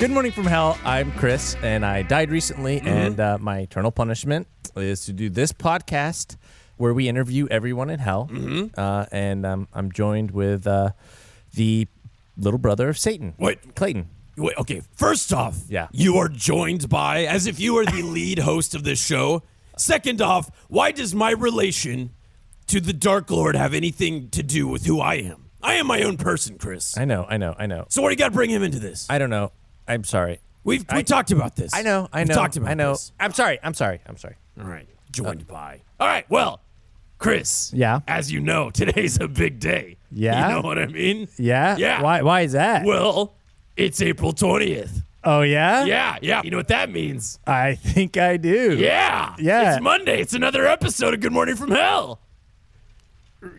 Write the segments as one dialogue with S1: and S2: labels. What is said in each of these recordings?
S1: Good morning from hell. I'm Chris, and I died recently.
S2: Mm-hmm.
S1: And uh, my eternal punishment is to do this podcast where we interview everyone in hell.
S2: Mm-hmm.
S1: Uh, and um, I'm joined with uh, the little brother of Satan.
S2: Wait.
S1: Clayton.
S2: Wait, okay. First off,
S1: Yeah.
S2: you are joined by as if you were the lead host of this show. Second off, why does my relation to the Dark Lord have anything to do with who I am? I am my own person, Chris.
S1: I know, I know, I know.
S2: So what do you got to bring him into this?
S1: I don't know. I'm sorry.
S2: We've we talked about this.
S1: I know, I
S2: We've
S1: know.
S2: talked about
S1: I know.
S2: this.
S1: I'm sorry. I'm sorry. I'm sorry.
S2: All right, joined by. All right, well, Chris.
S1: Yeah?
S2: As you know, today's a big day.
S1: Yeah?
S2: You know what I mean?
S1: Yeah.
S2: Yeah.
S1: Why? Why is that?
S2: Well, it's April twentieth.
S1: oh yeah?
S2: Yeah, yeah. You know what that means?
S1: I think I do.
S2: Yeah.
S1: Yeah.
S2: It's Monday. It's another episode of Good Morning from Hell.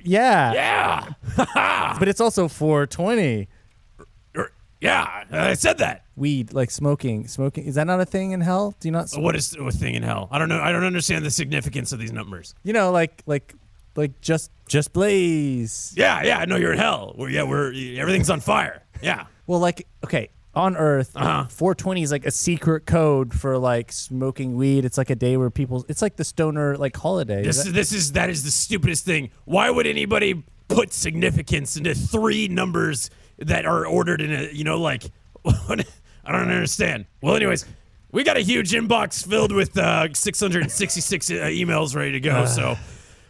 S1: Yeah.
S2: Yeah.
S1: But it's also 420.
S2: Er, Yeah. I said that.
S1: Weed, like smoking, smoking. Is that not a thing in hell? Do you not? smoke?
S2: What is a thing in hell? I don't know. I don't understand the significance of these numbers.
S1: You know, like, like, like just, just blaze.
S2: Yeah, yeah. I know you're in hell. We're, yeah, we're everything's on fire. Yeah.
S1: Well, like, okay, on Earth,
S2: Uh-huh.
S1: 420 is like a secret code for like smoking weed. It's like a day where people. It's like the stoner like holiday. Is
S2: This
S1: that-
S2: is this is that is the stupidest thing. Why would anybody put significance into three numbers that are ordered in a you know like I don't understand. Well, anyways, we got a huge inbox filled with uh, 666 uh, emails ready to go. so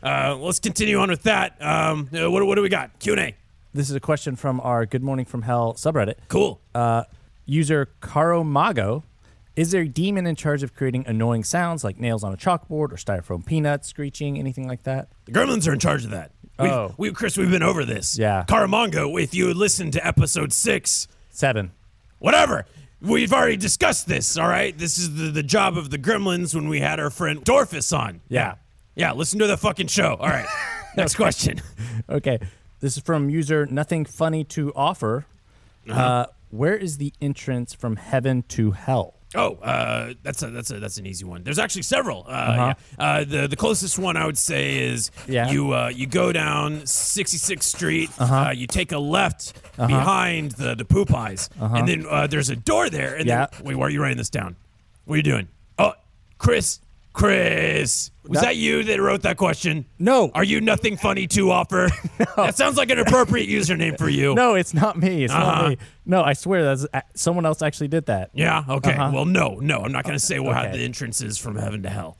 S2: uh, let's continue on with that. Um, uh, what what do we got? Q and A.
S1: this is a question from our Good Morning from Hell subreddit.
S2: Cool.
S1: Uh, user Caro Mago. Is there a demon in charge of creating annoying sounds like nails on a chalkboard or styrofoam peanuts screeching, anything like that?
S2: The gremlins are in charge of that. We've,
S1: Oh.
S2: we, Chris, we've been over this.
S1: Yeah.
S2: Caramongo, if you listen to episode six,
S1: Seven.
S2: whatever. We've already discussed this, all right? This is the, the job of the gremlins when we had our friend Dorfus on.
S1: Yeah.
S2: Yeah, listen to the fucking show. All right. Next question.
S1: Okay. This is from user Nothing Funny to Offer. uh where is the entrance from heaven to hell?
S2: Oh, uh, that's a, that's a, that's an easy one. There's actually several. Uh, yeah. uh, the the closest one I would say is
S1: Uh-huh. Yeah. Uh-huh.
S2: you uh, you go down 66th Street, uh you take a left behind the the poop eyes, and then uh, there's a door there. And
S1: Uh-huh. Yeah.
S2: then, wait, why are you writing this down? What are you doing? Oh, Chris, Chris, was
S1: That-
S2: that, you that wrote that question?
S1: No.
S2: Are you nothing funny to offer? That sounds like an appropriate username for you.
S1: No, it's not me. It's
S2: Uh-huh.
S1: not me. No, I swear that's uh, someone else actually did that.
S2: Yeah. Okay. Well, no, no, I'm not going to say what how
S1: Uh-huh. Okay.
S2: the entrance is from heaven to hell.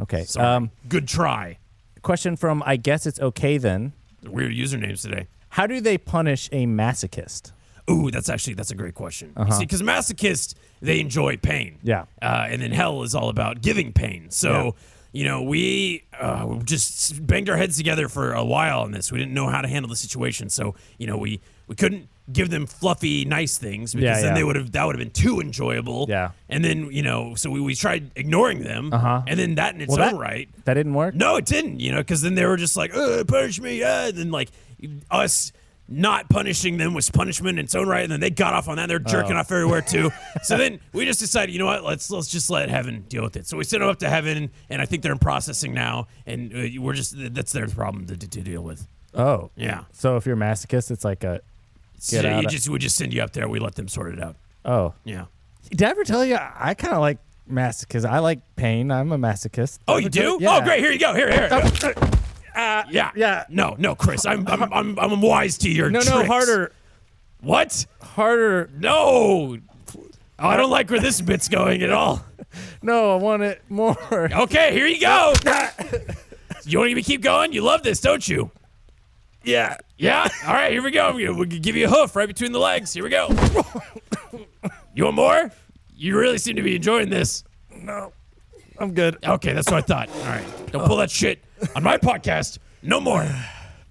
S1: Okay.
S2: Sorry.
S1: Um,
S2: Good try.
S1: question from I guess it's okay then.
S2: Weird usernames today.
S1: How do they punish a masochist?
S2: Ooh, that's actually that's a great question. You See, because masochists they enjoy pain.
S1: Uh-huh. Yeah.
S2: Uh, and then hell is all about giving pain. So you know we uh, we just banged our heads together for a while on this. We didn't know how to handle the situation. So you know we we couldn't give them fluffy nice things because
S1: Yeah,
S2: then
S1: yeah.
S2: they would have that would have been too enjoyable.
S1: Yeah.
S2: And then you know so we, we tried ignoring them. Uh-huh. And then that in its own
S1: that,
S2: right
S1: that didn't work.
S2: No, it didn't. You know, because then they were just like, uh, punish me, uh, and then like us not punishing them was punishment in its own right, and then they got off on that. They're jerking
S1: Oh.
S2: off everywhere too. so then we just decided, you know what? Let's let's just let heaven deal with it. So we sent them up to heaven, and I think they're in processing now, and uh, we're just that's their problem to, to, to deal with.
S1: Oh.
S2: Yeah.
S1: So if you're a masochist, it's like a
S2: So
S1: out
S2: you
S1: of-
S2: just we just send you up there. We let them sort it out.
S1: oh.
S2: Yeah.
S1: Did I ever tell you I kind of like masochist? I like pain. I'm a masochist.
S2: Oh, you
S1: Did I
S2: do?
S1: ever tell
S2: Oh, great. Here you go. Here, here.
S1: uh,
S2: yeah.
S1: yeah.
S2: No, no, Chris. I'm I'm I'm, I'm wise to your
S1: No, no,
S2: tricks.
S1: harder,
S2: What?
S1: harder.
S2: No. Oh, I don't like where this bit's going at all.
S1: No, I want it more.
S2: Okay, here you go. You want me to keep going? You love this, don't you?
S1: Yeah.
S2: Yeah. All right, here we go. We- We'll give you a hoof right between the legs. Here we go. You want more? You really seem to be enjoying this.
S1: No, I'm good.
S2: Okay, that's what I thought. All right, don't pull that shit on my podcast. No more.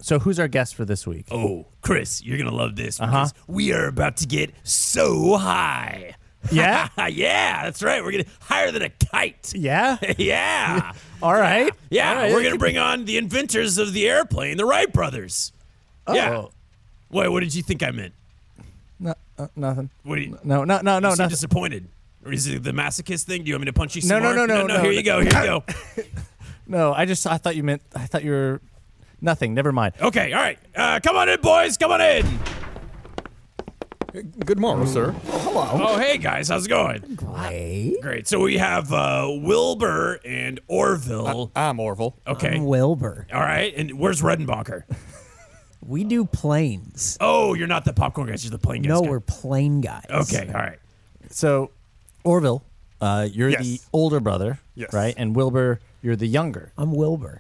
S1: So, who's our guest for this week?
S2: Oh, Chris, you're gonna love this because we are about to get so high.
S1: Yeah?
S2: yeah, that's right. We're getting higher than a kite.
S1: Yeah.
S2: yeah.
S1: All right.
S2: Yeah,
S1: All right.
S2: we're gonna bring on the inventors of the airplane, the Wright brothers. Yeah.
S1: Oh.
S2: Wait, what did you think I meant?
S1: No, uh, nothing.
S2: What do you,
S1: No, no, no, no,
S2: you seem
S1: nothing.
S2: disappointed? Or is it the masochist thing? Do you want me to punch you
S1: No,
S2: some
S1: no,
S2: more?
S1: no, no, no.
S2: Here you go. Here you go.
S1: No, I just I thought you meant I thought you were nothing. Never mind.
S2: Okay. All right. Uh, come on in, boys. Come on in.
S3: Good morrow, sir.
S2: Oh, hey guys, how's it going?
S1: Wait.
S2: Great. So we have uh, Wilbur and Orville.
S3: I'm Orville.
S2: Okay. All
S4: Wilbur.
S2: right. And where's Redenbacher?
S4: We do planes.
S2: Oh, you're not the popcorn guys. You're the playing guys.
S4: no,
S2: guy.
S4: we're plane guys.
S2: Okay. All right.
S1: So, Orville, uh, you're
S3: Yes.
S1: the older brother,
S3: Yes.
S1: right? And Wilbur, you're the younger.
S4: I'm Wilbur.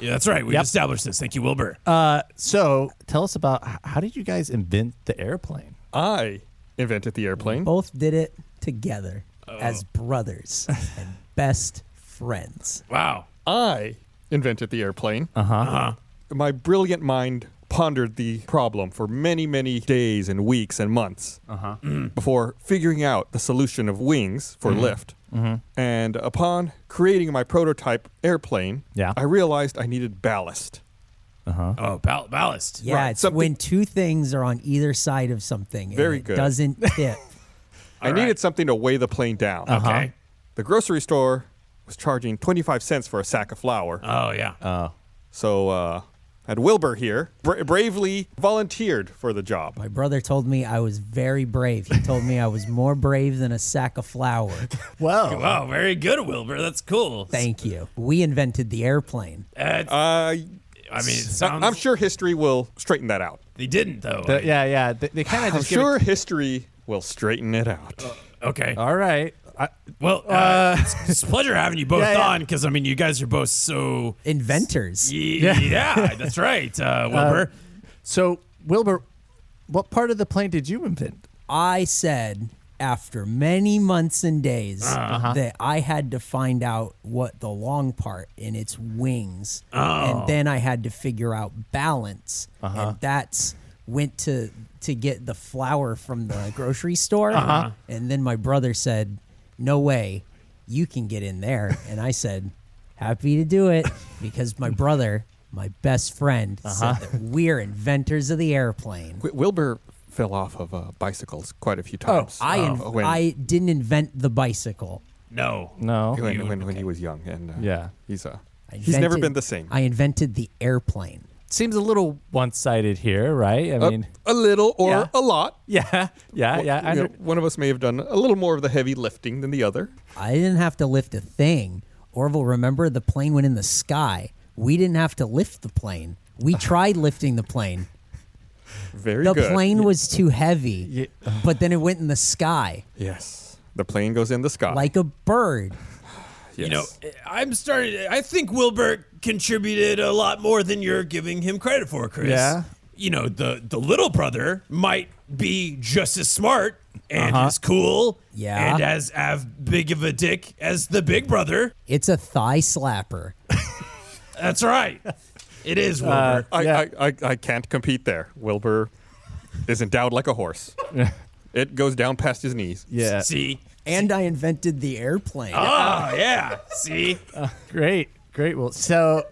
S2: Yeah, that's right. We've established this. Thank you, Wilbur.
S1: Uh, so, tell us about h- how did you guys invent the airplane?
S3: I invented the airplane.
S4: Both did it together
S3: Oh.
S4: as brothers and best friends.
S2: wow.
S3: I invented the airplane. Uh huh. My brilliant mind pondered the problem for many, many days and weeks and months before figuring out the solution of wings for lift. And upon creating my prototype airplane,
S1: Yeah.
S3: I realized I needed ballast.
S2: Oh, ball- ballast.
S4: Yeah,
S3: Right,
S4: it's
S3: something-
S4: when two things are on either side of something. and
S3: Very
S4: it
S3: good.
S4: Doesn't tip.
S3: I needed something to weigh the plane down.
S2: Okay.
S3: The grocery store was charging 25 cents for a sack of flour.
S2: Oh, yeah.
S3: So, uh, had Wilbur here bra- bravely volunteered for the job. Uh,
S4: My brother told me I was very brave. He told me I was more brave than a sack of flour.
S1: Well,
S2: wow. Very good, Wilbur. That's cool.
S4: Thank you. We invented the airplane.
S2: Uh,
S3: Uh,
S2: I mean, it sounds.
S3: I- am sure history will straighten that out.
S2: they didn't though.
S1: the- uh, yeah, yeah. They, they kind of
S3: I'm
S1: just give it-
S3: sure history will straighten it out.
S2: Okay.
S1: All right. I,
S2: well, uh, it's, it's a pleasure having you both
S1: Yeah, yeah.
S2: on because I mean, you guys are both so.
S4: Inventors.
S2: Yeah, yeah that's right, uh, Wilbur.
S1: so, Wilbur, what part of the plane did you invent?
S4: I said after many months and days that I had to find out what the long part in its wings, and then I had to figure out balance, and that's went to to get the flour from the grocery store, and then my brother said, "No way, you can get in there," and I said, "Happy to do it," because my brother. My best friend said that we're inventors of the airplane.
S3: Wi- Wilbur fell off of uh, bicycles quite a few
S1: Oh,
S3: times.
S4: I
S3: uh,
S4: inv-
S3: when,
S4: I didn't invent the bicycle.
S2: No.
S1: No.
S3: when, when, when he was young, and uh,
S1: Yeah.
S3: he's uh,
S4: I
S3: he's never
S4: invented-
S3: been the same.
S4: I invented the airplane.
S1: Seems a little one-sided here, right? I
S3: Uh,
S1: mean,
S3: a little or
S1: Yeah.
S3: a lot.
S1: yeah, yeah, yeah. I
S3: You know,
S1: under-
S3: one of us may have done a little more of the heavy lifting than the other.
S4: I didn't have to lift a thing. Orville, remember the plane went in the sky. We didn't have to lift the plane. We tried lifting the plane.
S3: Very
S4: The
S3: good.
S4: plane was too heavy, but then it went in the sky
S3: Yes. The plane goes in the sky.
S4: like a bird.
S3: yes.
S2: You know, eh, I'm starting. I think Wilbur contributed a lot more than you're giving him credit for, Chris.
S1: Yeah.
S2: You know, the the little brother might be just as smart and as cool.
S4: Yeah.
S2: And as as big of a dick as the big brother.
S4: It's a thigh slapper.
S2: That's right. It is Wilbur.
S3: I,
S1: Yeah.
S3: I, I, I can't compete there. Wilbur is endowed like a horse. it goes down past his knees.
S1: yeah.
S2: See.
S4: And I invented the airplane.
S3: Uh.
S2: Oh yeah. See.
S1: Great, great. Well, so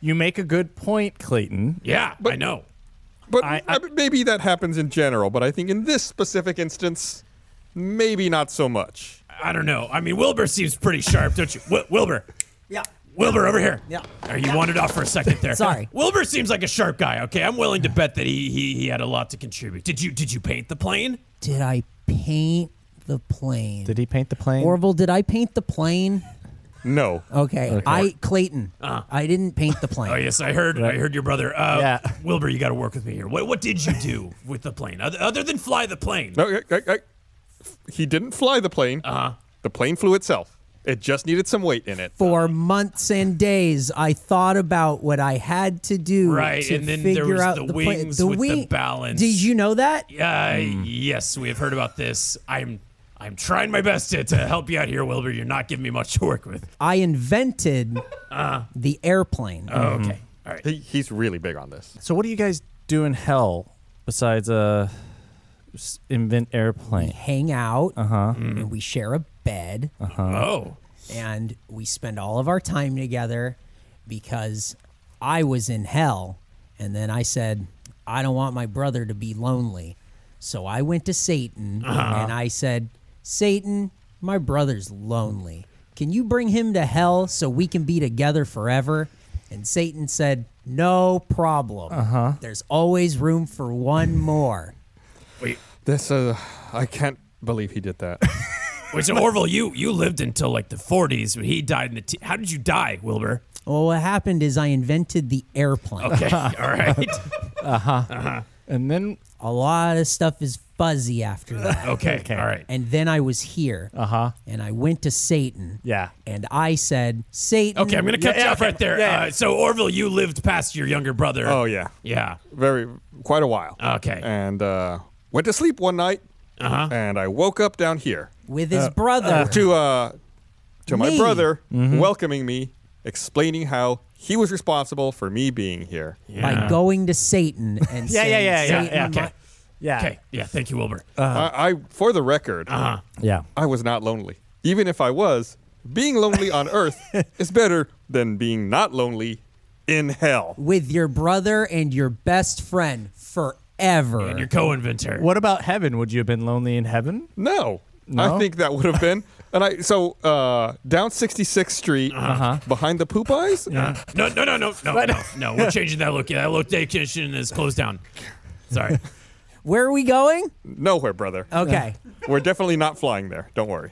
S1: you make a good point, Clayton.
S2: Yeah. I know.
S3: But
S1: I-
S3: I- maybe that happens in general, but I think in this specific instance, maybe not so much.
S2: I don't know. I mean, Wilbur seems pretty sharp, don't you? Wil Wilbur.
S4: Yeah.
S2: Wilbur, over here.
S4: Yeah.
S2: Or you wandered off for a second there.
S4: Sorry.
S2: Wilbur seems like a sharp guy. Okay, I'm willing to bet that he, he he had a lot to contribute. Did you did you paint the plane?
S4: Did I paint the plane?
S1: Did he paint the plane?
S4: Orville, did I paint the plane?
S3: No.
S4: Okay. I Clayton. I didn't paint the plane.
S2: Uh. Oh yes, I heard I heard your brother. Uh,
S1: Yeah.
S2: Wilbur, you got to work with me here. What what did you do with the plane other, other than fly the plane?
S3: No, I, I, I- he didn't fly the plane. Uh-huh. The plane flew itself. It just needed some weight in it.
S4: For months and days, I thought about what I had to do.
S2: Right,
S4: to
S2: and then there
S4: figure
S2: was
S4: out
S2: the
S4: pla-
S2: wings with the balance.
S4: Did you know that?
S2: Uh, yes, we have heard about this. I'm I'm trying my best to, to help you out here, Wilbur. You're not giving me much to work with.
S4: I invented the airplane.
S2: Uh. Oh, okay. All right.
S3: He, he's really big on this.
S1: so what do you guys do in hell besides uh s- invent airplane?
S4: Hang out, and we share a bed,
S2: Oh.
S4: and we spend all of our time together because I was in hell, and then I said I don't want my brother to be lonely, so I went to Satan and I said, Satan, my brother's lonely. Can you bring him to hell so we can be together forever? And Satan said, No problem. There's always room for one more.
S2: Wait.
S3: This, uh, I can't believe he did that.
S2: Wait, so Orville, you you lived until like the 40s when he died in the. T- How did you die, Wilbur?
S4: Well, what happened is I invented the airplane.
S2: Okay, all right,
S1: And then
S4: A lot of stuff is fuzzy after that.
S2: okay, all right.
S4: And then I was here. Uh huh. And I went to Satan.
S1: Uh-huh. Yeah.
S4: And I said, Satan.
S2: Okay, I'm gonna cut
S1: Yeah,
S2: you
S1: yeah,
S2: off right there.
S1: yeah,
S2: Uh, so Orville, you lived past your younger brother.
S3: oh yeah,
S2: yeah.
S3: very quite a while.
S2: Okay.
S3: And uh, went to sleep one night,
S2: Uh-huh.
S3: and I woke up down here
S4: With his brother.
S3: to uh, to my
S4: Me.
S3: brother
S1: Mm-hmm.
S3: welcoming me, explaining how he was responsible for me being here.
S4: By going to Satan and
S1: yeah,
S4: saying,
S1: yeah, yeah, yeah,
S4: Satan,
S1: yeah.
S4: my-
S2: Okay.
S1: yeah,
S2: Okay. Yeah. Thank you, Wilbur.
S1: Uh,
S3: I, I, for the record,
S1: yeah.
S3: I was not lonely. Even if I was, being lonely on Earth is better than being not lonely in hell.
S4: with your brother and your best friend forever.
S2: and your co-inventor.
S1: What about heaven? Would you have been lonely in heaven?
S3: No.
S1: No?
S3: I think that would have been. And I so uh down 66th Street
S1: Uh-huh.
S3: behind the poop eyes.
S2: Uh, No, no, no, no, no, no, no. We're changing that look. That location is closed down. Sorry.
S4: Where are we going? Uh,
S3: Nowhere, brother.
S1: Uh,
S4: Okay.
S3: We're definitely not flying there. Don't worry.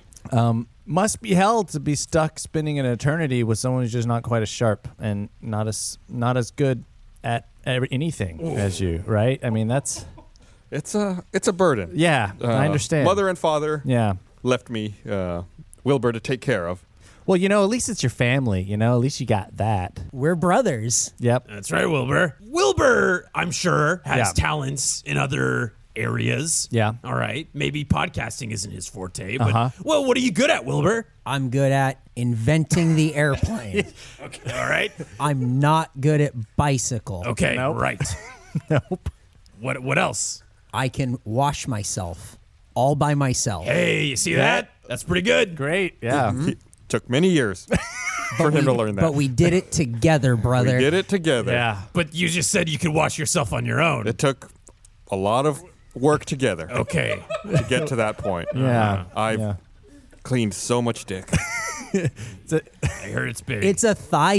S1: Must be hell to be stuck spending an eternity with someone who's just not quite as sharp and not as not as good at every, anything as you, right? I mean, that's
S3: It's a it's a burden.
S1: yeah,
S3: Uh,
S1: I understand.
S3: Mother and father
S1: yeah.
S3: left me uh Wilbur to take care of.
S1: Well, you know, at least it's your family. You know, at least you got that.
S4: We're brothers.
S1: Yep.
S2: That's right, Wilbur. Wilbur, I'm sure, has
S1: Yeah.
S2: talents in other areas.
S1: Yeah.
S2: All right. Maybe podcasting isn't his forte, but
S1: Uh-huh.
S2: well, what are you good at, Wilbur?
S4: I'm good at inventing the airplane.
S2: Okay. All right.
S4: I'm not good at bicycle.
S2: Okay.
S1: Nope.
S2: Right.
S1: Nope.
S2: What what else?
S4: I can wash myself all by myself.
S2: Hey, you see that? That's pretty good.
S1: Great. Yeah.
S3: He took many years for him to learn that.
S4: But we did it together,
S3: We
S4: brother.
S3: did it together.
S1: Yeah.
S2: But you just said you could wash yourself on your own.
S3: It took a lot of work together
S2: Okay.
S3: to get to that point. Uh-huh.
S1: Yeah.
S2: uh-huh.
S3: I've
S1: Yeah.
S3: cleaned so much dick.
S2: I heard it's big.
S4: It's a thigh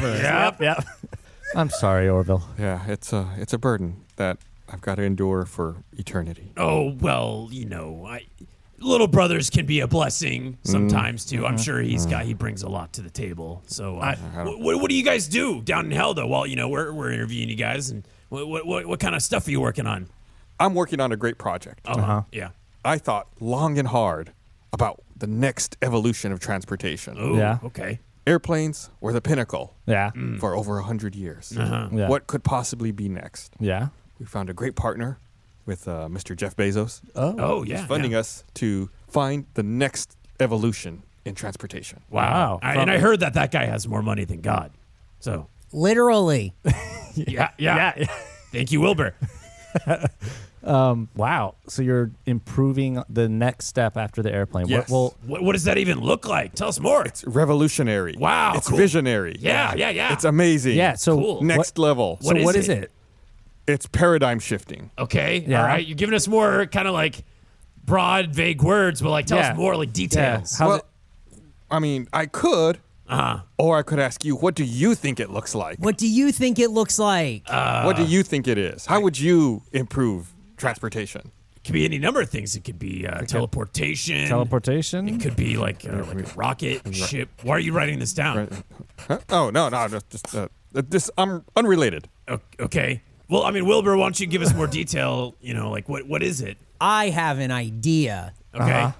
S2: yep.
S1: Yep. I'm sorry, Orville.
S3: Yeah, it's a it's a burden that I've got to endure for eternity.
S2: Oh well, you know, I, little brothers can be a blessing sometimes too. I'm sure he's got he brings a lot to the table. So, uh, wh- wh- what do you guys do down in hell though? Well, you know, we're, we're interviewing you guys, and what what, what what kind of stuff are you working on?
S3: I'm working on a great project.
S2: Uh-huh. Yeah.
S3: I thought long and hard about the next evolution of transportation.
S2: Oh,
S1: Yeah.
S2: Okay.
S3: Airplanes were the pinnacle
S1: Yeah.
S2: Mm.
S3: for over a 100 years.
S2: Uh-huh.
S1: Yeah.
S3: What could possibly be next?
S1: Yeah.
S3: We found a great partner with uh, Mr. Jeff Bezos.
S2: Oh yeah.
S3: He's funding
S2: yeah.
S3: us to find the next evolution in transportation.
S1: Wow.
S2: I, and I heard that that guy has more money than God. So
S4: Literally.
S2: yeah yeah. Thank you, Wilbur.
S1: Wow. So you're improving the next step after the airplane.
S3: Yes.
S1: What will
S2: What, what does that even look like? Tell us more.
S3: Revolutionary.
S2: Wow,
S3: It's
S2: cool.
S3: visionary.
S2: yeah yeah yeah.
S3: It's amazing.
S1: Yeah, so
S2: Cool.
S3: next level.
S1: so
S2: What is
S1: what is
S2: it?
S1: it?
S3: It's paradigm shifting.
S2: Okay.
S1: Yeah.
S2: All right. You're giving us more kind of like broad, vague words, but like tell
S1: Yeah.
S2: us more like details.
S1: How's
S3: well,
S1: it-
S3: I mean, I could,
S2: Uh-huh.
S3: or I could ask you, what do you think it looks like?
S4: What do you think it looks like?
S2: Uh,
S3: what do you think it is? How would you improve transportation?
S2: It could be any number of things. It could be uh, teleportation.
S1: Teleportation?
S2: It could be like, uh, like a rocket ship. Why are you writing this down?
S3: Huh? Oh no, no, just, just uh, this. I'm unrelated.
S2: O- Okay. Well, I mean, Wilbur, why don't you give us more detail? You know, like what what is it?
S4: I have an idea.
S2: Okay.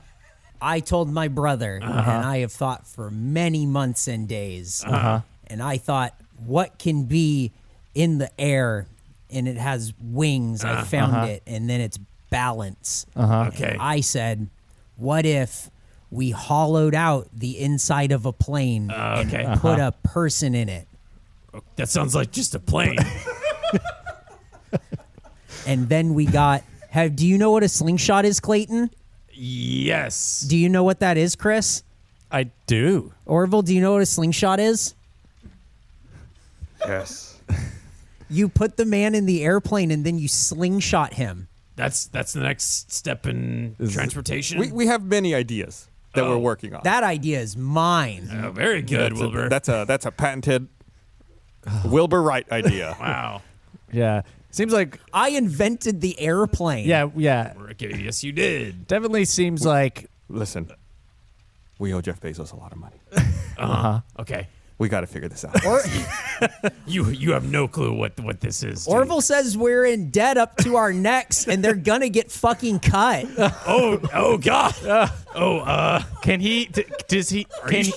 S4: I told my brother,
S2: Uh-huh.
S4: and I have thought for many months and days.
S2: Uh-huh.
S4: And I thought, what can be in the air? And it has wings. I found it. And then it's balance.
S2: Uh-huh. Okay.
S4: I said, what if we hollowed out the inside of a plane and
S2: Uh, okay. Uh-huh.
S4: put a person in it?
S2: that sounds like just a plane.
S4: And then we got. Have do you know what a slingshot is, Clayton?
S2: yes.
S4: Do you know what that is, Chris?
S1: I do.
S4: Orville, do you know what a slingshot is?
S3: Yes.
S4: You put the man in the airplane and then you slingshot him.
S2: That's that's the next step in transportation.
S3: We we have many ideas that we're
S2: Mm. Oh.
S3: working on.
S4: That idea is mine.
S2: oh, very good,
S3: that's
S2: Wilbur.
S3: A, that's a that's a patented Wilbur Wright idea.
S2: wow.
S1: Yeah. Seems like
S4: I invented the airplane.
S1: yeah, yeah.
S2: Okay, yes, you did.
S1: Definitely seems like
S3: Listen, we owe Jeff Bezos a lot of money.
S2: Uh-huh.
S1: Uh-huh.
S2: Okay,
S3: We got to figure this out.
S4: Or,
S2: you you have no clue what what this is. dude.
S4: Orville says we're in debt up to our necks, and they're gonna get fucking cut.
S2: Oh oh god. oh uh.
S1: can he d- does he can
S2: you-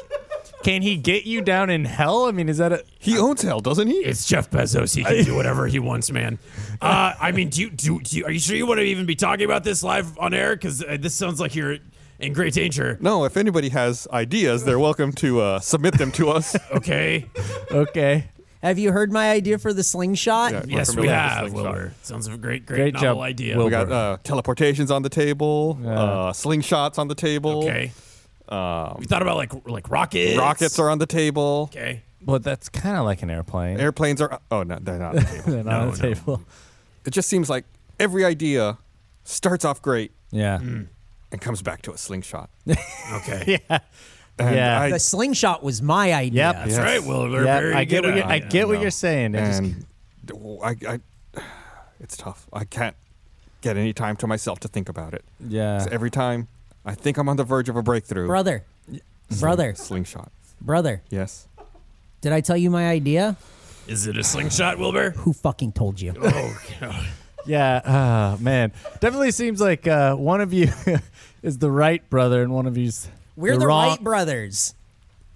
S1: can he get you down in hell? I mean, is that a
S3: He owns hell, doesn't he?
S2: It's Jeff Bezos. He can do whatever he wants, man. Uh, I mean, do you, do, do you, are you sure you want to even be talking about this live on air? Because uh, this sounds like you're in great danger.
S3: No, if anybody has ideas, they're welcome to uh, submit them to us.
S2: Okay.
S1: okay?
S4: Have you heard my idea for the slingshot?
S3: Yeah. We're
S2: yes, we
S3: familiar with
S2: have.
S3: this thing, so-
S2: Wilbur. Sounds like a great, great,
S1: Great
S2: novel
S1: job,
S2: idea.
S3: We
S1: Wilbur.
S3: got uh, teleportations on the table, uh, slingshots on the table,
S2: Okay. Um, we thought about like like rockets.
S3: rockets are on the table,
S2: okay.
S1: Well, that's kind of like an airplane.
S3: airplanes are. Oh no, they're not. on the table.
S1: They're not on
S2: No,
S1: the
S2: no.
S1: table.
S3: it just seems like every idea starts off great
S1: Yeah.
S3: Mm. and comes back to a slingshot.
S2: Okay.
S3: And
S1: Yeah.
S3: I-
S4: The slingshot was my idea.
S1: Yep.
S2: That's
S3: Yes.
S2: right, Wilbur.
S1: Yeah,
S2: Very
S1: I get
S2: good
S1: what you're, I
S2: idea.
S1: get what
S3: No.
S1: you're saying. I just-
S3: and I, I- it's tough. I can't get any time to myself to think about it.
S1: yeah.
S3: So every time I think I'm on the verge of a breakthrough,
S4: Brother, brother,
S3: slingshot.
S4: brother,
S3: Yes.
S4: did I tell you my idea?
S2: Is it a slingshot, Wilbur?
S4: Who fucking told you?
S2: oh god.
S1: Yeah, oh, man. Definitely seems like uh, one of you is the right brother and one of you's
S4: We're the,
S1: wrong,
S4: Wright brothers.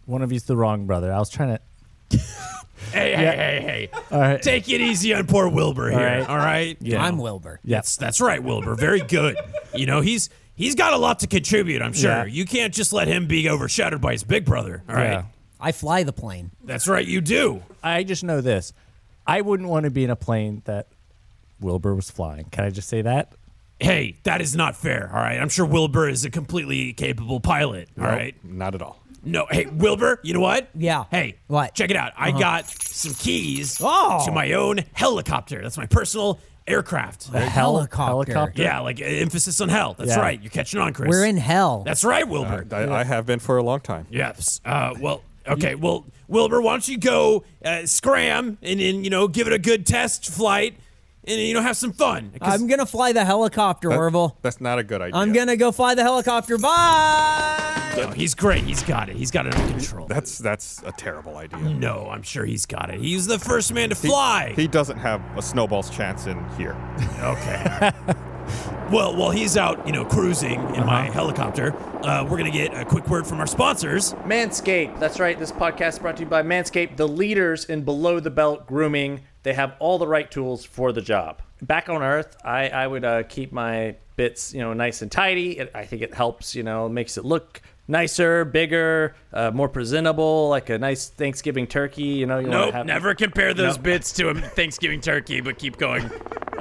S1: one of you's the wrong brother. I was trying to.
S2: Hey, hey, hey, hey.
S1: All right.
S2: Take it easy on poor Wilbur here. All
S1: right.
S2: right. All right?
S1: Yeah.
S4: I'm Wilbur.
S1: Yeah.
S2: That's that's right, Wilbur. Very good. You know, he's he's got a lot to contribute, I'm sure.
S1: Yeah.
S2: You can't just let him be overshadowed by his big brother. All right.
S1: Yeah.
S4: I fly the plane.
S2: That's right, you do.
S1: I just know this. I wouldn't want to be in a plane that Wilbur was flying. Can I just say that?
S2: Hey, that is not fair. All right. I'm sure Wilbur is a completely capable pilot. All
S3: Nope,
S2: right.
S3: Not at all.
S2: No, hey, Wilbur, you know what?
S4: Yeah.
S2: Hey,
S4: What? Uh-huh.
S2: Check it out. I got some keys
S4: Oh.
S2: to my own helicopter. That's my personal aircraft.
S1: A hel-
S4: helicopter.
S1: helicopter?
S2: Yeah, like uh, emphasis on hell. That's
S1: Yeah.
S2: right. You're catching on, Chris.
S4: We're in hell.
S2: That's right, Wilbur.
S3: I, I have been for a long time.
S2: Yes. Uh, well, okay. Well, Wilbur, why don't you go uh, scram and then, you know, give it a good test flight and, you know, have some fun. 'Cause-
S4: I'm gonna fly the helicopter, Orville.
S3: That's not a good idea.
S4: I'm gonna go fly the helicopter. Bye.
S2: no, he's great. He's got it. He's got it under control.
S3: That's that's a terrible
S4: Mm.
S3: idea.
S2: no, I'm sure he's got it. He's the first man to fly.
S3: He doesn't have a snowball's chance in here.
S2: okay. well, while he's out, you know, cruising in my
S3: Uh-huh.
S2: helicopter, uh, we're going to get a quick word from our sponsors.
S5: Manscaped. That's right. This podcast is brought to you by Manscaped, the leaders in below the belt grooming. They have all the right tools for the job. Back on Earth, I, I would uh, keep my bits, you know, nice and tidy. It, I think it helps, you know, makes it look nicer, bigger, uh, more presentable, like a nice Thanksgiving turkey. You know, you want
S2: Nope,
S5: to have
S2: never compare those bits to a Thanksgiving turkey, but keep going.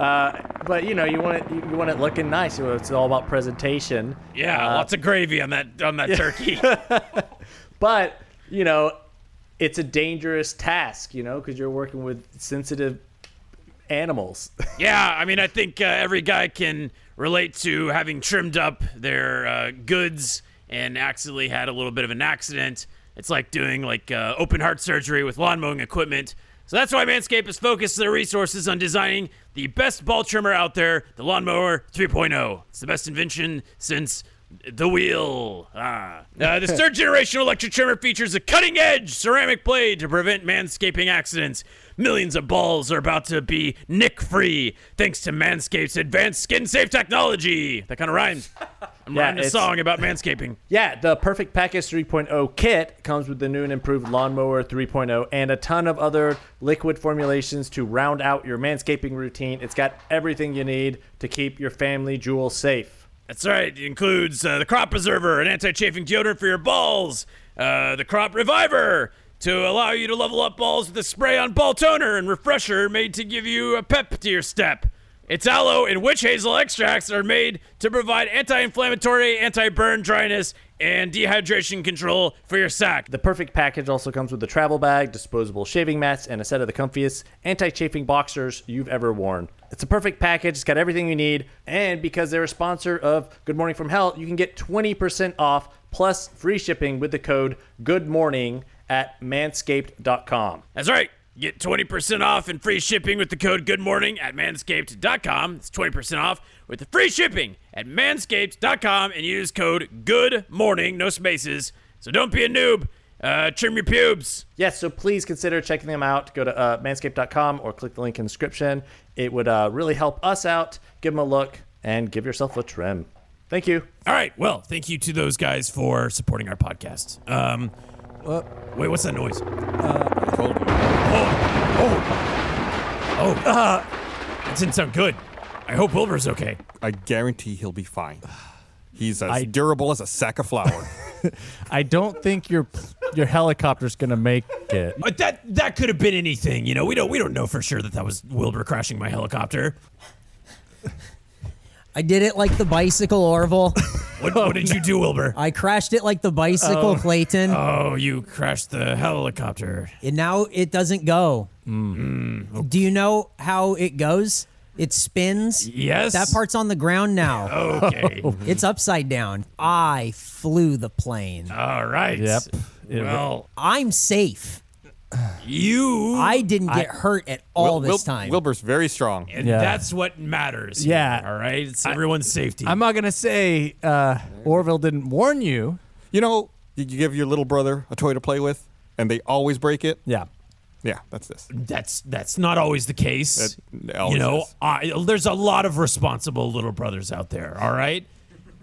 S5: But you know, you want it, you you want it looking nice. You know, It's all about presentation.
S2: Yeah, lots of gravy on that on that turkey.
S5: but you know it's a dangerous task you know because you're working with sensitive animals
S2: Yeah, I mean, I think uh, every guy can relate to having trimmed up their uh, goods and accidentally had a little bit of an accident. It's like doing like uh, open heart surgery with lawn mowing equipment. So that's why Manscaped has focused their resources on designing the best ball trimmer out there, the Lawnmower 3.0. It's the best invention since the wheel. Ah. Uh, this third generation electric trimmer features a cutting edge ceramic blade to prevent manscaping accidents. Millions of balls are about to be nick free thanks to Manscaped's advanced skin safe technology. That kind of rhymes. I'm
S5: Yeah,
S2: writing a
S5: it's-
S2: song about manscaping.
S5: yeah the perfect package 3.0 kit comes with the new and improved lawnmower 3.0 and a ton of other liquid formulations to round out your manscaping routine it's got everything you need to keep your family jewel safe
S2: That's right. It includes uh, the Crop Preserver, an anti-chafing deodorant for your balls, uh, the Crop Reviver to allow you to level up balls with a spray-on ball toner and refresher made to give you a pep to your step. Its aloe and witch hazel extracts are made to provide anti-inflammatory, anti-burn, dryness, and dehydration control for your sack.
S5: The perfect package also comes with a travel bag, disposable shaving mats, and a set of the comfiest anti-chafing boxers you've ever worn. It's a perfect package. It's got everything you need. And because they're a sponsor of Good Morning from Hell, you can get 20% off plus free shipping with the code Good Morning at manscaped.com.
S2: That's right. Get 20% off and free shipping with the code Good Morning at manscaped.com. It's 20% off with the free shipping at manscaped.com and use code Good Morning, no spaces. So don't be a noob. Uh, trim your pubes.
S5: Yes, so please consider checking them out. Go to uh, manscaped.com or click the link in the description. It would uh, really help us out. Give them a look and give yourself a trim. Thank you.
S2: All right. Well, thank you to those guys for supporting our podcast. Um, wait, what's that noise? Oh, oh, uh, that didn't sound good. I hope Wilbur's okay.
S3: I guarantee he'll be fine. He's as
S1: I-
S3: durable as a sack of flour.
S1: I don't think your your helicopter's gonna make it.
S2: But Uh, that that could have been anything. You know, we don't we don't know for sure that that was Wilbur crashing my helicopter.
S4: I did it like the bicycle, Orville.
S2: What, what did you do, Wilbur?
S4: I crashed it like the bicycle, Clayton.
S2: Oh, you crashed the helicopter.
S4: And now it doesn't go.
S1: Mm.
S4: Do you know how it goes? It spins.
S2: Yes.
S4: That part's on the ground now.
S1: Oh.
S2: Okay.
S4: It's upside down. I flew the plane.
S1: Uh.
S2: All right.
S1: Yep.
S2: Well,
S4: I'm safe.
S2: you.
S4: I didn't get hurt at all
S3: Wil-
S4: this
S3: Wil-
S4: time.
S3: Wilbur's very strong.
S2: and
S1: Yeah.
S2: that's what matters.
S1: Yeah.
S2: here, all right. It's everyone's safety.
S1: I'm not gonna say uh, Orville didn't warn you.
S3: You know, you you give your little brother a toy to play with, and they always break it.
S1: Yeah.
S3: Yeah, that's this.
S2: that's that's not always the case.
S3: That always
S2: you know,
S3: is.
S2: I, there's a lot of responsible little brothers out there. All right.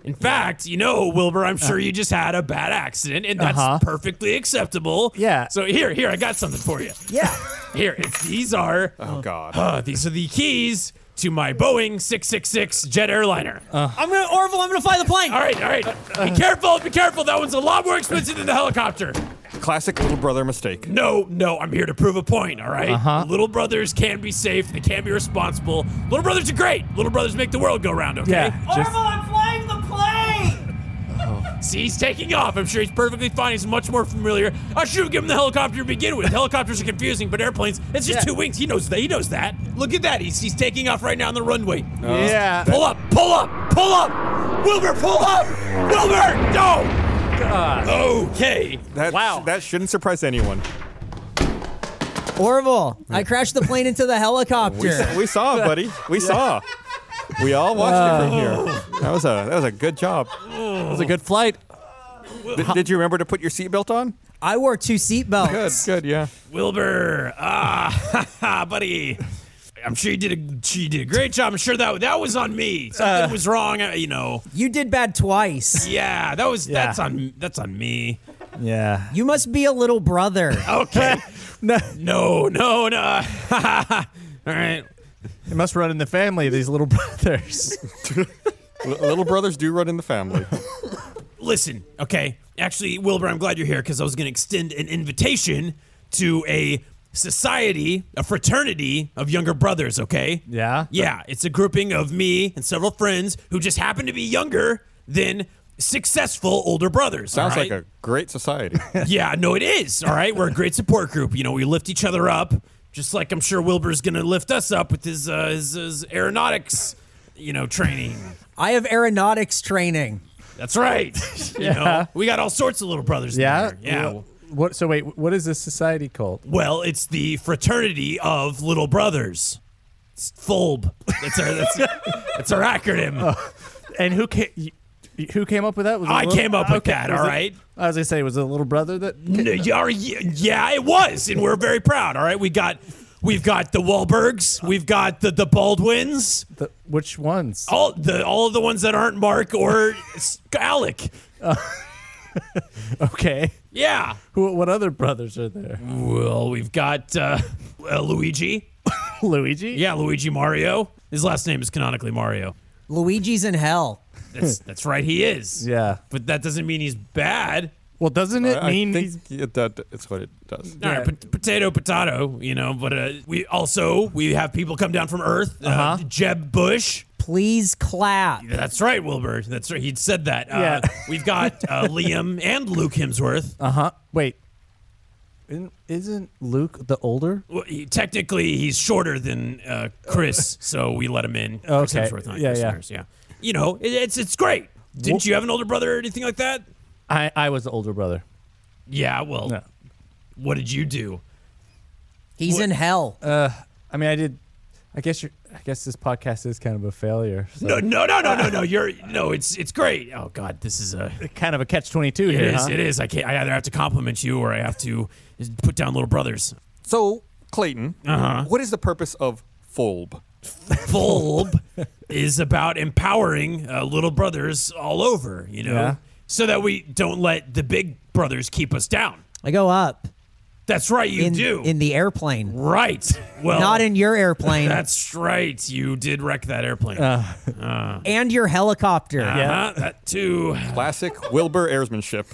S2: In fact, you know, Wilbur, I'm sure you just had a bad accident, and that's
S1: Uh-huh.
S2: perfectly acceptable.
S1: Yeah.
S2: So here, here, I got something for you.
S4: Yeah.
S2: Here, it's, these are
S3: Oh God.
S2: uh, these are the keys to my Boeing 666 jet airliner.
S4: I'm gonna Orville, I'm gonna fly the plane.
S2: all right, all right. be careful, be careful. That one's a lot more expensive than the helicopter.
S3: Classic little brother mistake.
S2: No, no, I'm here to prove a point, all right?
S1: Uh-huh.
S2: Little brothers can be safe, they can be responsible. Little brothers are great. Little brothers make the world go round, okay?
S1: Yeah. Just,
S4: I'm flying the plane!
S2: See, he's taking off. I'm sure he's perfectly fine. He's much more familiar. I should have given him the helicopter to begin with. Helicopters are confusing, but airplanes, it's just two wings. He knows that. He knows that. Look at that. He's, he's taking off right now on the runway.
S1: Uh-huh. yeah.
S2: Pull up, pull up, pull up! Wilbur, pull up! Wilbur, no! Okay.
S3: That,
S2: wow.
S3: That shouldn't surprise anyone.
S4: Orville, I crashed the plane into the
S3: We,
S4: helicopter.
S3: we saw, buddy. We saw. We all watched
S2: Oh.
S3: it from here. That was a that was a good job.
S1: It was a good flight.
S3: Did, did you remember to put your seatbelt on?
S4: I wore two seatbelts.
S3: Good, good, yeah.
S2: Wilbur, ah, buddy. I'm sure you did a she did a great job. I'm sure that that was on me. Something was wrong. uh, You know,
S4: You did bad twice.
S2: yeah, that was
S1: Yeah.
S2: that's on that's on me.
S1: Yeah.
S4: You must be a little brother.
S2: Okay,
S1: No,
S2: no, no, no. All right,
S1: it must run in the family. These little brothers.
S3: L- little brothers do run in the family.
S2: listen. Okay, actually, Wilbur, I'm glad you're here because I was going to extend an invitation to a society, a fraternity of younger brothers. Okay.
S1: Yeah?
S2: Yeah, it's a grouping of me and several friends who just happen to be younger than successful older brothers.
S3: Sounds like a great society.
S2: yeah, no, it is. All right, we're a great support group. You know, we lift each other up, just like I'm sure Wilbur's gonna lift us up with his uh, his, his aeronautics, you know, training.
S4: I have aeronautics training.
S2: That's right. You know, we got all sorts of little brothers. in
S1: Yeah.
S2: there. yeah.
S1: What? So wait, what is this society called?
S2: Well, it's the fraternity of little brothers. It's FOLB. That's our that's, that's our acronym.
S1: Uh, And who came? Who came up with that? Was it
S2: I
S1: little-
S2: came up with that,
S1: was
S2: all
S1: it-
S2: right?
S1: I was gonna say, was it a little brother that?
S2: No, yeah, or- yeah, it was, and we're very proud. All right, we got, we've got the Wahlbergs, we've got the the Baldwins,
S1: The, which ones?
S2: all the all of the ones that aren't Mark or S- Alec.
S1: Okay.
S2: Yeah.
S1: Who? What other brothers are there?
S2: Well, we've got uh, uh, Luigi.
S1: Luigi.
S2: Yeah, Luigi Mario. His last name is canonically Mario.
S4: Luigi's in hell.
S2: That's that's right. He is.
S1: Yeah.
S2: But that doesn't mean he's bad.
S1: Well, doesn't it
S3: I
S1: mean
S3: think
S1: he's?
S3: it- that it's what it does.
S2: All right, pot- potato, potato. You know, but uh, we also we have people come down from Earth. Uh,
S1: Uh-huh.
S2: Jeb Bush.
S4: Please clap.
S2: That's right, Wilbur. That's right. He'd said that. Uh,
S1: Yeah.
S2: we've got uh, Liam and Luke Hemsworth.
S1: Uh huh. Wait. Isn't- Isn't Luke the older?
S2: Well, he- technically, he's shorter than uh, Chris, so we let him in. Chris
S1: Okay.
S2: Hemsworth, not
S1: Yeah,
S2: Chris
S1: yeah.
S2: Hemsworth, yeah. You know, it, it's it's great. Didn't you have an older brother or anything like that?
S1: I I was the older brother.
S2: Yeah. Well,
S1: No.
S2: what did you do?
S4: He's in hell.
S3: Uh,
S1: I mean, I did. I guess you're, I guess this podcast is kind of a failure. So.
S2: No, no, no, no, no, no. You're no. It's it's great. Oh God, this is a.
S1: Kind of a catch twenty two
S2: It
S1: here.
S2: is.
S4: Uh-huh.
S1: huh?
S2: It is. I can't. I either have to compliment you or I have to put down little brothers.
S3: So, Clayton,
S2: Uh-huh.
S3: what is the purpose of FOLB?
S2: Bulb is about empowering uh, little brothers all over. You know,
S1: Yeah.
S2: so that we don't let the big brothers keep us down.
S4: I go up
S2: That's right. You
S4: in,
S2: do.
S4: in the airplane,
S2: right. Well,
S4: not in your airplane
S2: That's right. You did wreck that
S4: Uh,
S2: airplane.
S4: and your helicopter.
S2: Uh-huh, that too.
S3: Classic Wilbur airsmanship.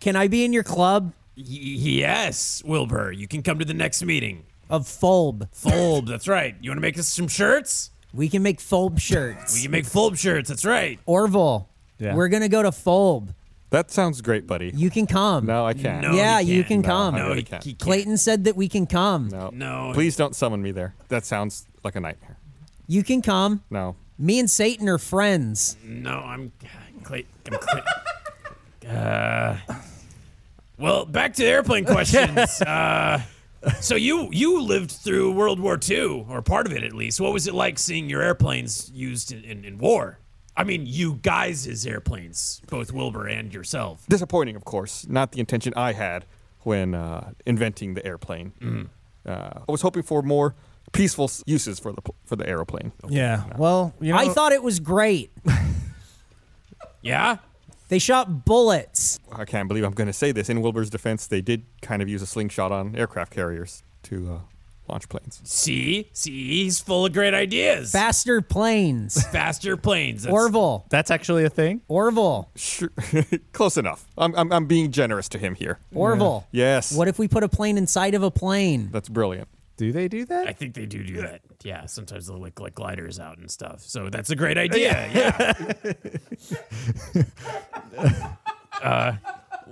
S4: Can I be in your club
S2: Y- yes, Wilbur. You can come to the next meeting.
S4: of Fulb?
S2: Fulb. That's right. You want to make us some shirts?
S4: We can make Fulb shirts.
S2: You make Fulb shirts. That's right.
S4: Orville,
S1: Yeah.
S4: we're gonna go to Fulb.
S3: That sounds great, buddy.
S4: You can come.
S3: No, I can't.
S2: No,
S4: yeah,
S2: Oh, he
S4: you can
S2: can't.
S4: come.
S2: No,
S3: really
S2: he,
S3: can't.
S2: he can't.
S4: Clayton said that we can come.
S3: No.
S2: No.
S3: Please don't summon me there. That sounds like a nightmare.
S4: You can come.
S3: No.
S4: Me and Satan are friends.
S2: No, I'm Clayton. I'm Clay- Uh, well, back to the airplane questions. Uh, so you you lived through World War II, or part of it at least. What was it like seeing your airplanes used in, in, in war? I mean, you guys' airplanes, both Wilbur and yourself.
S3: Disappointing, of course. Not the intention I had when uh, inventing the airplane.
S2: Mm.
S3: Uh, I was hoping for more peaceful s- uses for the pl- for the airplane.
S1: Yeah. Well, you know,
S4: I thought it was great.
S2: Yeah,
S4: They shot bullets.
S3: I can't believe I'm going to say this. In Wilbur's defense, they did kind of use a slingshot on aircraft carriers to uh, launch planes.
S2: see, see, he's full of great ideas.
S4: Faster planes.
S2: Faster planes. That's-
S4: Orville.
S1: that's actually a thing.
S4: Orville.
S3: Sure. Close enough. I'm, I'm, I'm being generous to him here.
S4: Orville.
S3: Yes.
S4: What if we put a plane inside of a plane?
S3: That's brilliant.
S1: Do they do that?
S2: I think they do do that. Yeah, sometimes they'll like, like gliders out and stuff. So that's a great idea. Yeah. uh,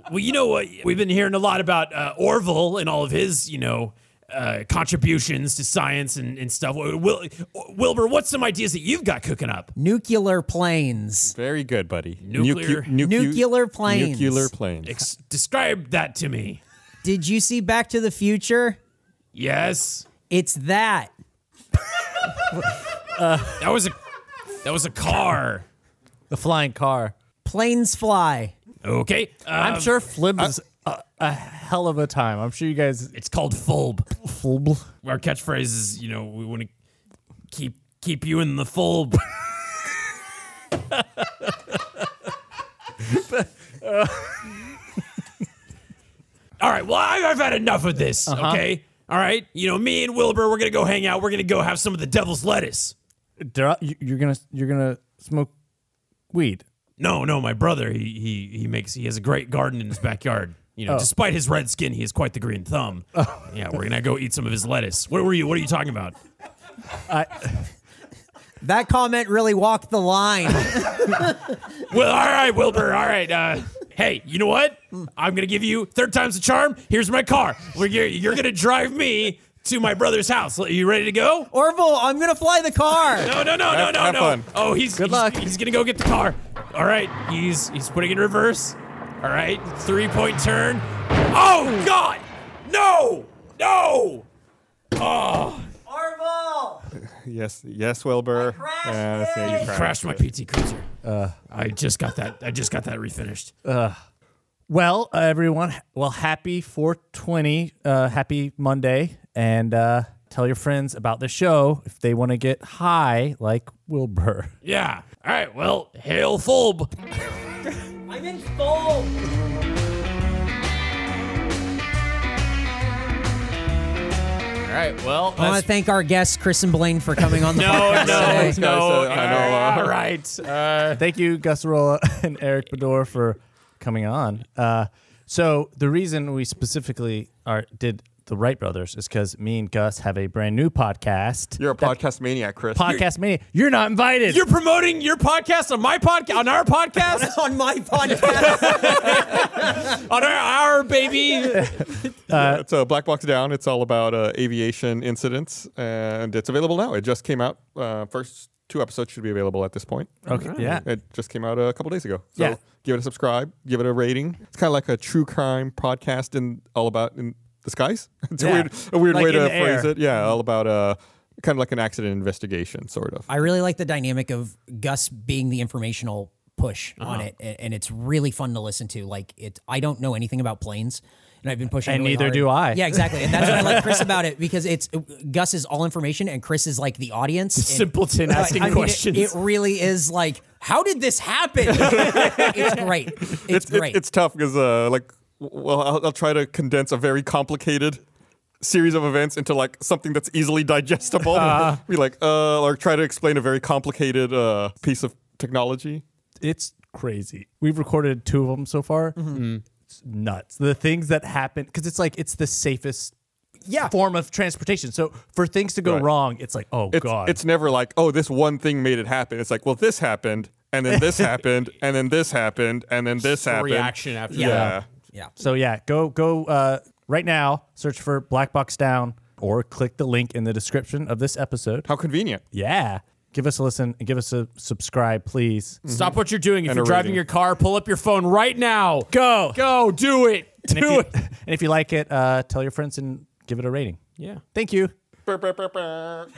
S2: well, you know what? We've been hearing a lot about uh, Orville and all of his, you know, uh, contributions to science and, and stuff. Wil- Wilbur, what's some ideas that you've got cooking up?
S4: Nuclear planes.
S3: Very good, buddy.
S2: Nuclear-
S3: Nucu- nucu-
S4: Nuclear planes.
S3: Nuclear planes.
S2: Ex- describe that to me.
S4: Did you see Back to the Future?
S2: Yes,
S4: It's that.
S2: that was a that was a car.
S1: The flying car.
S4: Planes fly.
S2: Okay, um,
S1: I'm sure Flib's a, a hell of a time. I'm sure you guys.
S2: it's called Fulb.
S1: Flib.
S2: our catchphrase is, you know, we want to keep keep you in the fold. All right. Well, I, I've had enough of this. Okay. All right. You know, me and Wilbur, we're gonna go hang out. We're gonna go have some of the devil's lettuce.
S1: Dra- you- You're gonna you're gonna smoke weed.
S2: No, no, my brother. He he he makes. He has a great garden in his backyard. You know, despite his red skin, he is quite the green thumb. Yeah, we're gonna go eat some of his lettuce. What were you? What are you talking about?
S4: That comment really walked the line.
S2: Well, all right, Wilbur. All right. Uh, hey, you know what? I'm gonna give you third time's the charm. Here's my car. We're, you're, you're gonna drive me to my brother's house. Are you ready to go?
S4: Orville, I'm gonna fly the car.
S2: No, no, no, no,
S3: Oh, Have-
S2: no,
S3: have
S2: no.
S3: fun.
S2: Oh, he's
S1: Good
S2: he's,
S1: luck.
S2: he's gonna go get the car. All right. He's he's putting it in reverse. All right. Three point turn. Oh God! No! No! Oh,
S4: Orville!
S3: Yes, yes, Wilbur.
S4: crashed
S3: Yeah, that's- yeah, you
S2: Crashed my PT Cruiser.
S3: Uh.
S2: I just got that. I just got that refinished.
S1: Well, uh, everyone, well, happy 420, uh, happy Monday, and uh, tell your friends about the show if they want to get high like Wilbur.
S2: yeah. All right. Well, hail Fulb.
S4: I'm in full.
S1: All right, well,
S4: I want to thank our guests, Chris and Blaine, for coming on the
S2: No,
S4: podcast
S2: no,
S4: today.
S2: no.
S3: so I know, uh,
S2: All right.
S1: thank you, Gus Rolla and Eric Bador for coming on. Uh, so the reason we specifically are did the Wright brothers is because me and Gus have a brand new podcast.
S3: You're a podcast maniac, Chris.
S1: podcast mania. You're not invited.
S2: You're promoting your podcast on my podcast, on our podcast,
S4: on my podcast.
S2: on our, our baby.
S3: It's uh, Black Box Down. It's all about uh, aviation incidents, and it's available now. It just came out. Uh, first two episodes should be available at this point.
S1: okay. Yeah.
S3: It just came out a couple days ago. So
S1: Yeah.
S3: give it a subscribe, give it a rating. It's kind of like a true crime podcast and all about in the skies. It's
S6: Yeah.
S3: a weird, a weird
S6: Like
S3: way
S6: in
S3: to
S6: the air. Mm-hmm.
S3: phrase it. Yeah, all about uh, kind of like an accident investigation, sort of.
S4: I really like the dynamic of Gus being the informational push on it, a- and it's really fun to listen to. Like it, I don't know anything about planes, and I've been pushing.
S5: And
S4: really
S5: neither
S4: hard.
S5: do I.
S4: Yeah, exactly, and that's what I like Chris about it because it's Gus is all information, and Chris is like the audience. and-
S2: Simpleton
S4: Like,
S2: asking
S4: I mean, it-
S2: questions.
S4: it, really is like, how did this happen? it's great. It's,
S3: it-
S4: great.
S3: it's tough because, uh, like, w- well, I'll, I'll try to condense a very complicated series of events into like something that's easily digestible.
S6: Uh-huh.
S3: Be like, uh, or try to explain a very complicated uh, piece of technology.
S5: it's crazy. We've recorded two of them so far.
S3: Mm-hmm.
S5: It's nuts. The things that happen because it's like it's the safest
S4: Yeah.
S5: form of transportation. So for things to go
S3: Right.
S5: wrong, it's like oh
S3: It's,
S5: god,
S3: it's never like, oh, this one thing made it happen. It's like, well, this happened, and then this happened, and then this happened, and then this happened.
S2: reaction after
S3: Yeah.
S2: that.
S4: yeah.
S5: So yeah, go go uh, right now. Search for Black Box Down or click the link in the description of this episode.
S3: How convenient.
S5: Yeah, give us a listen and give us a subscribe, please.
S3: Mm.
S2: Mm-hmm. Stop what you're doing. If
S3: And
S2: you're
S3: a
S2: driving
S3: rating.
S2: your car, pull up your phone right now.
S5: Go.
S2: Go. Do it.
S5: And if
S2: Do
S5: you,
S2: it.
S5: and if you like it, uh, tell your friends and give it a rating.
S2: Yeah.
S5: Thank you.
S3: Brr, brr, brr, brr.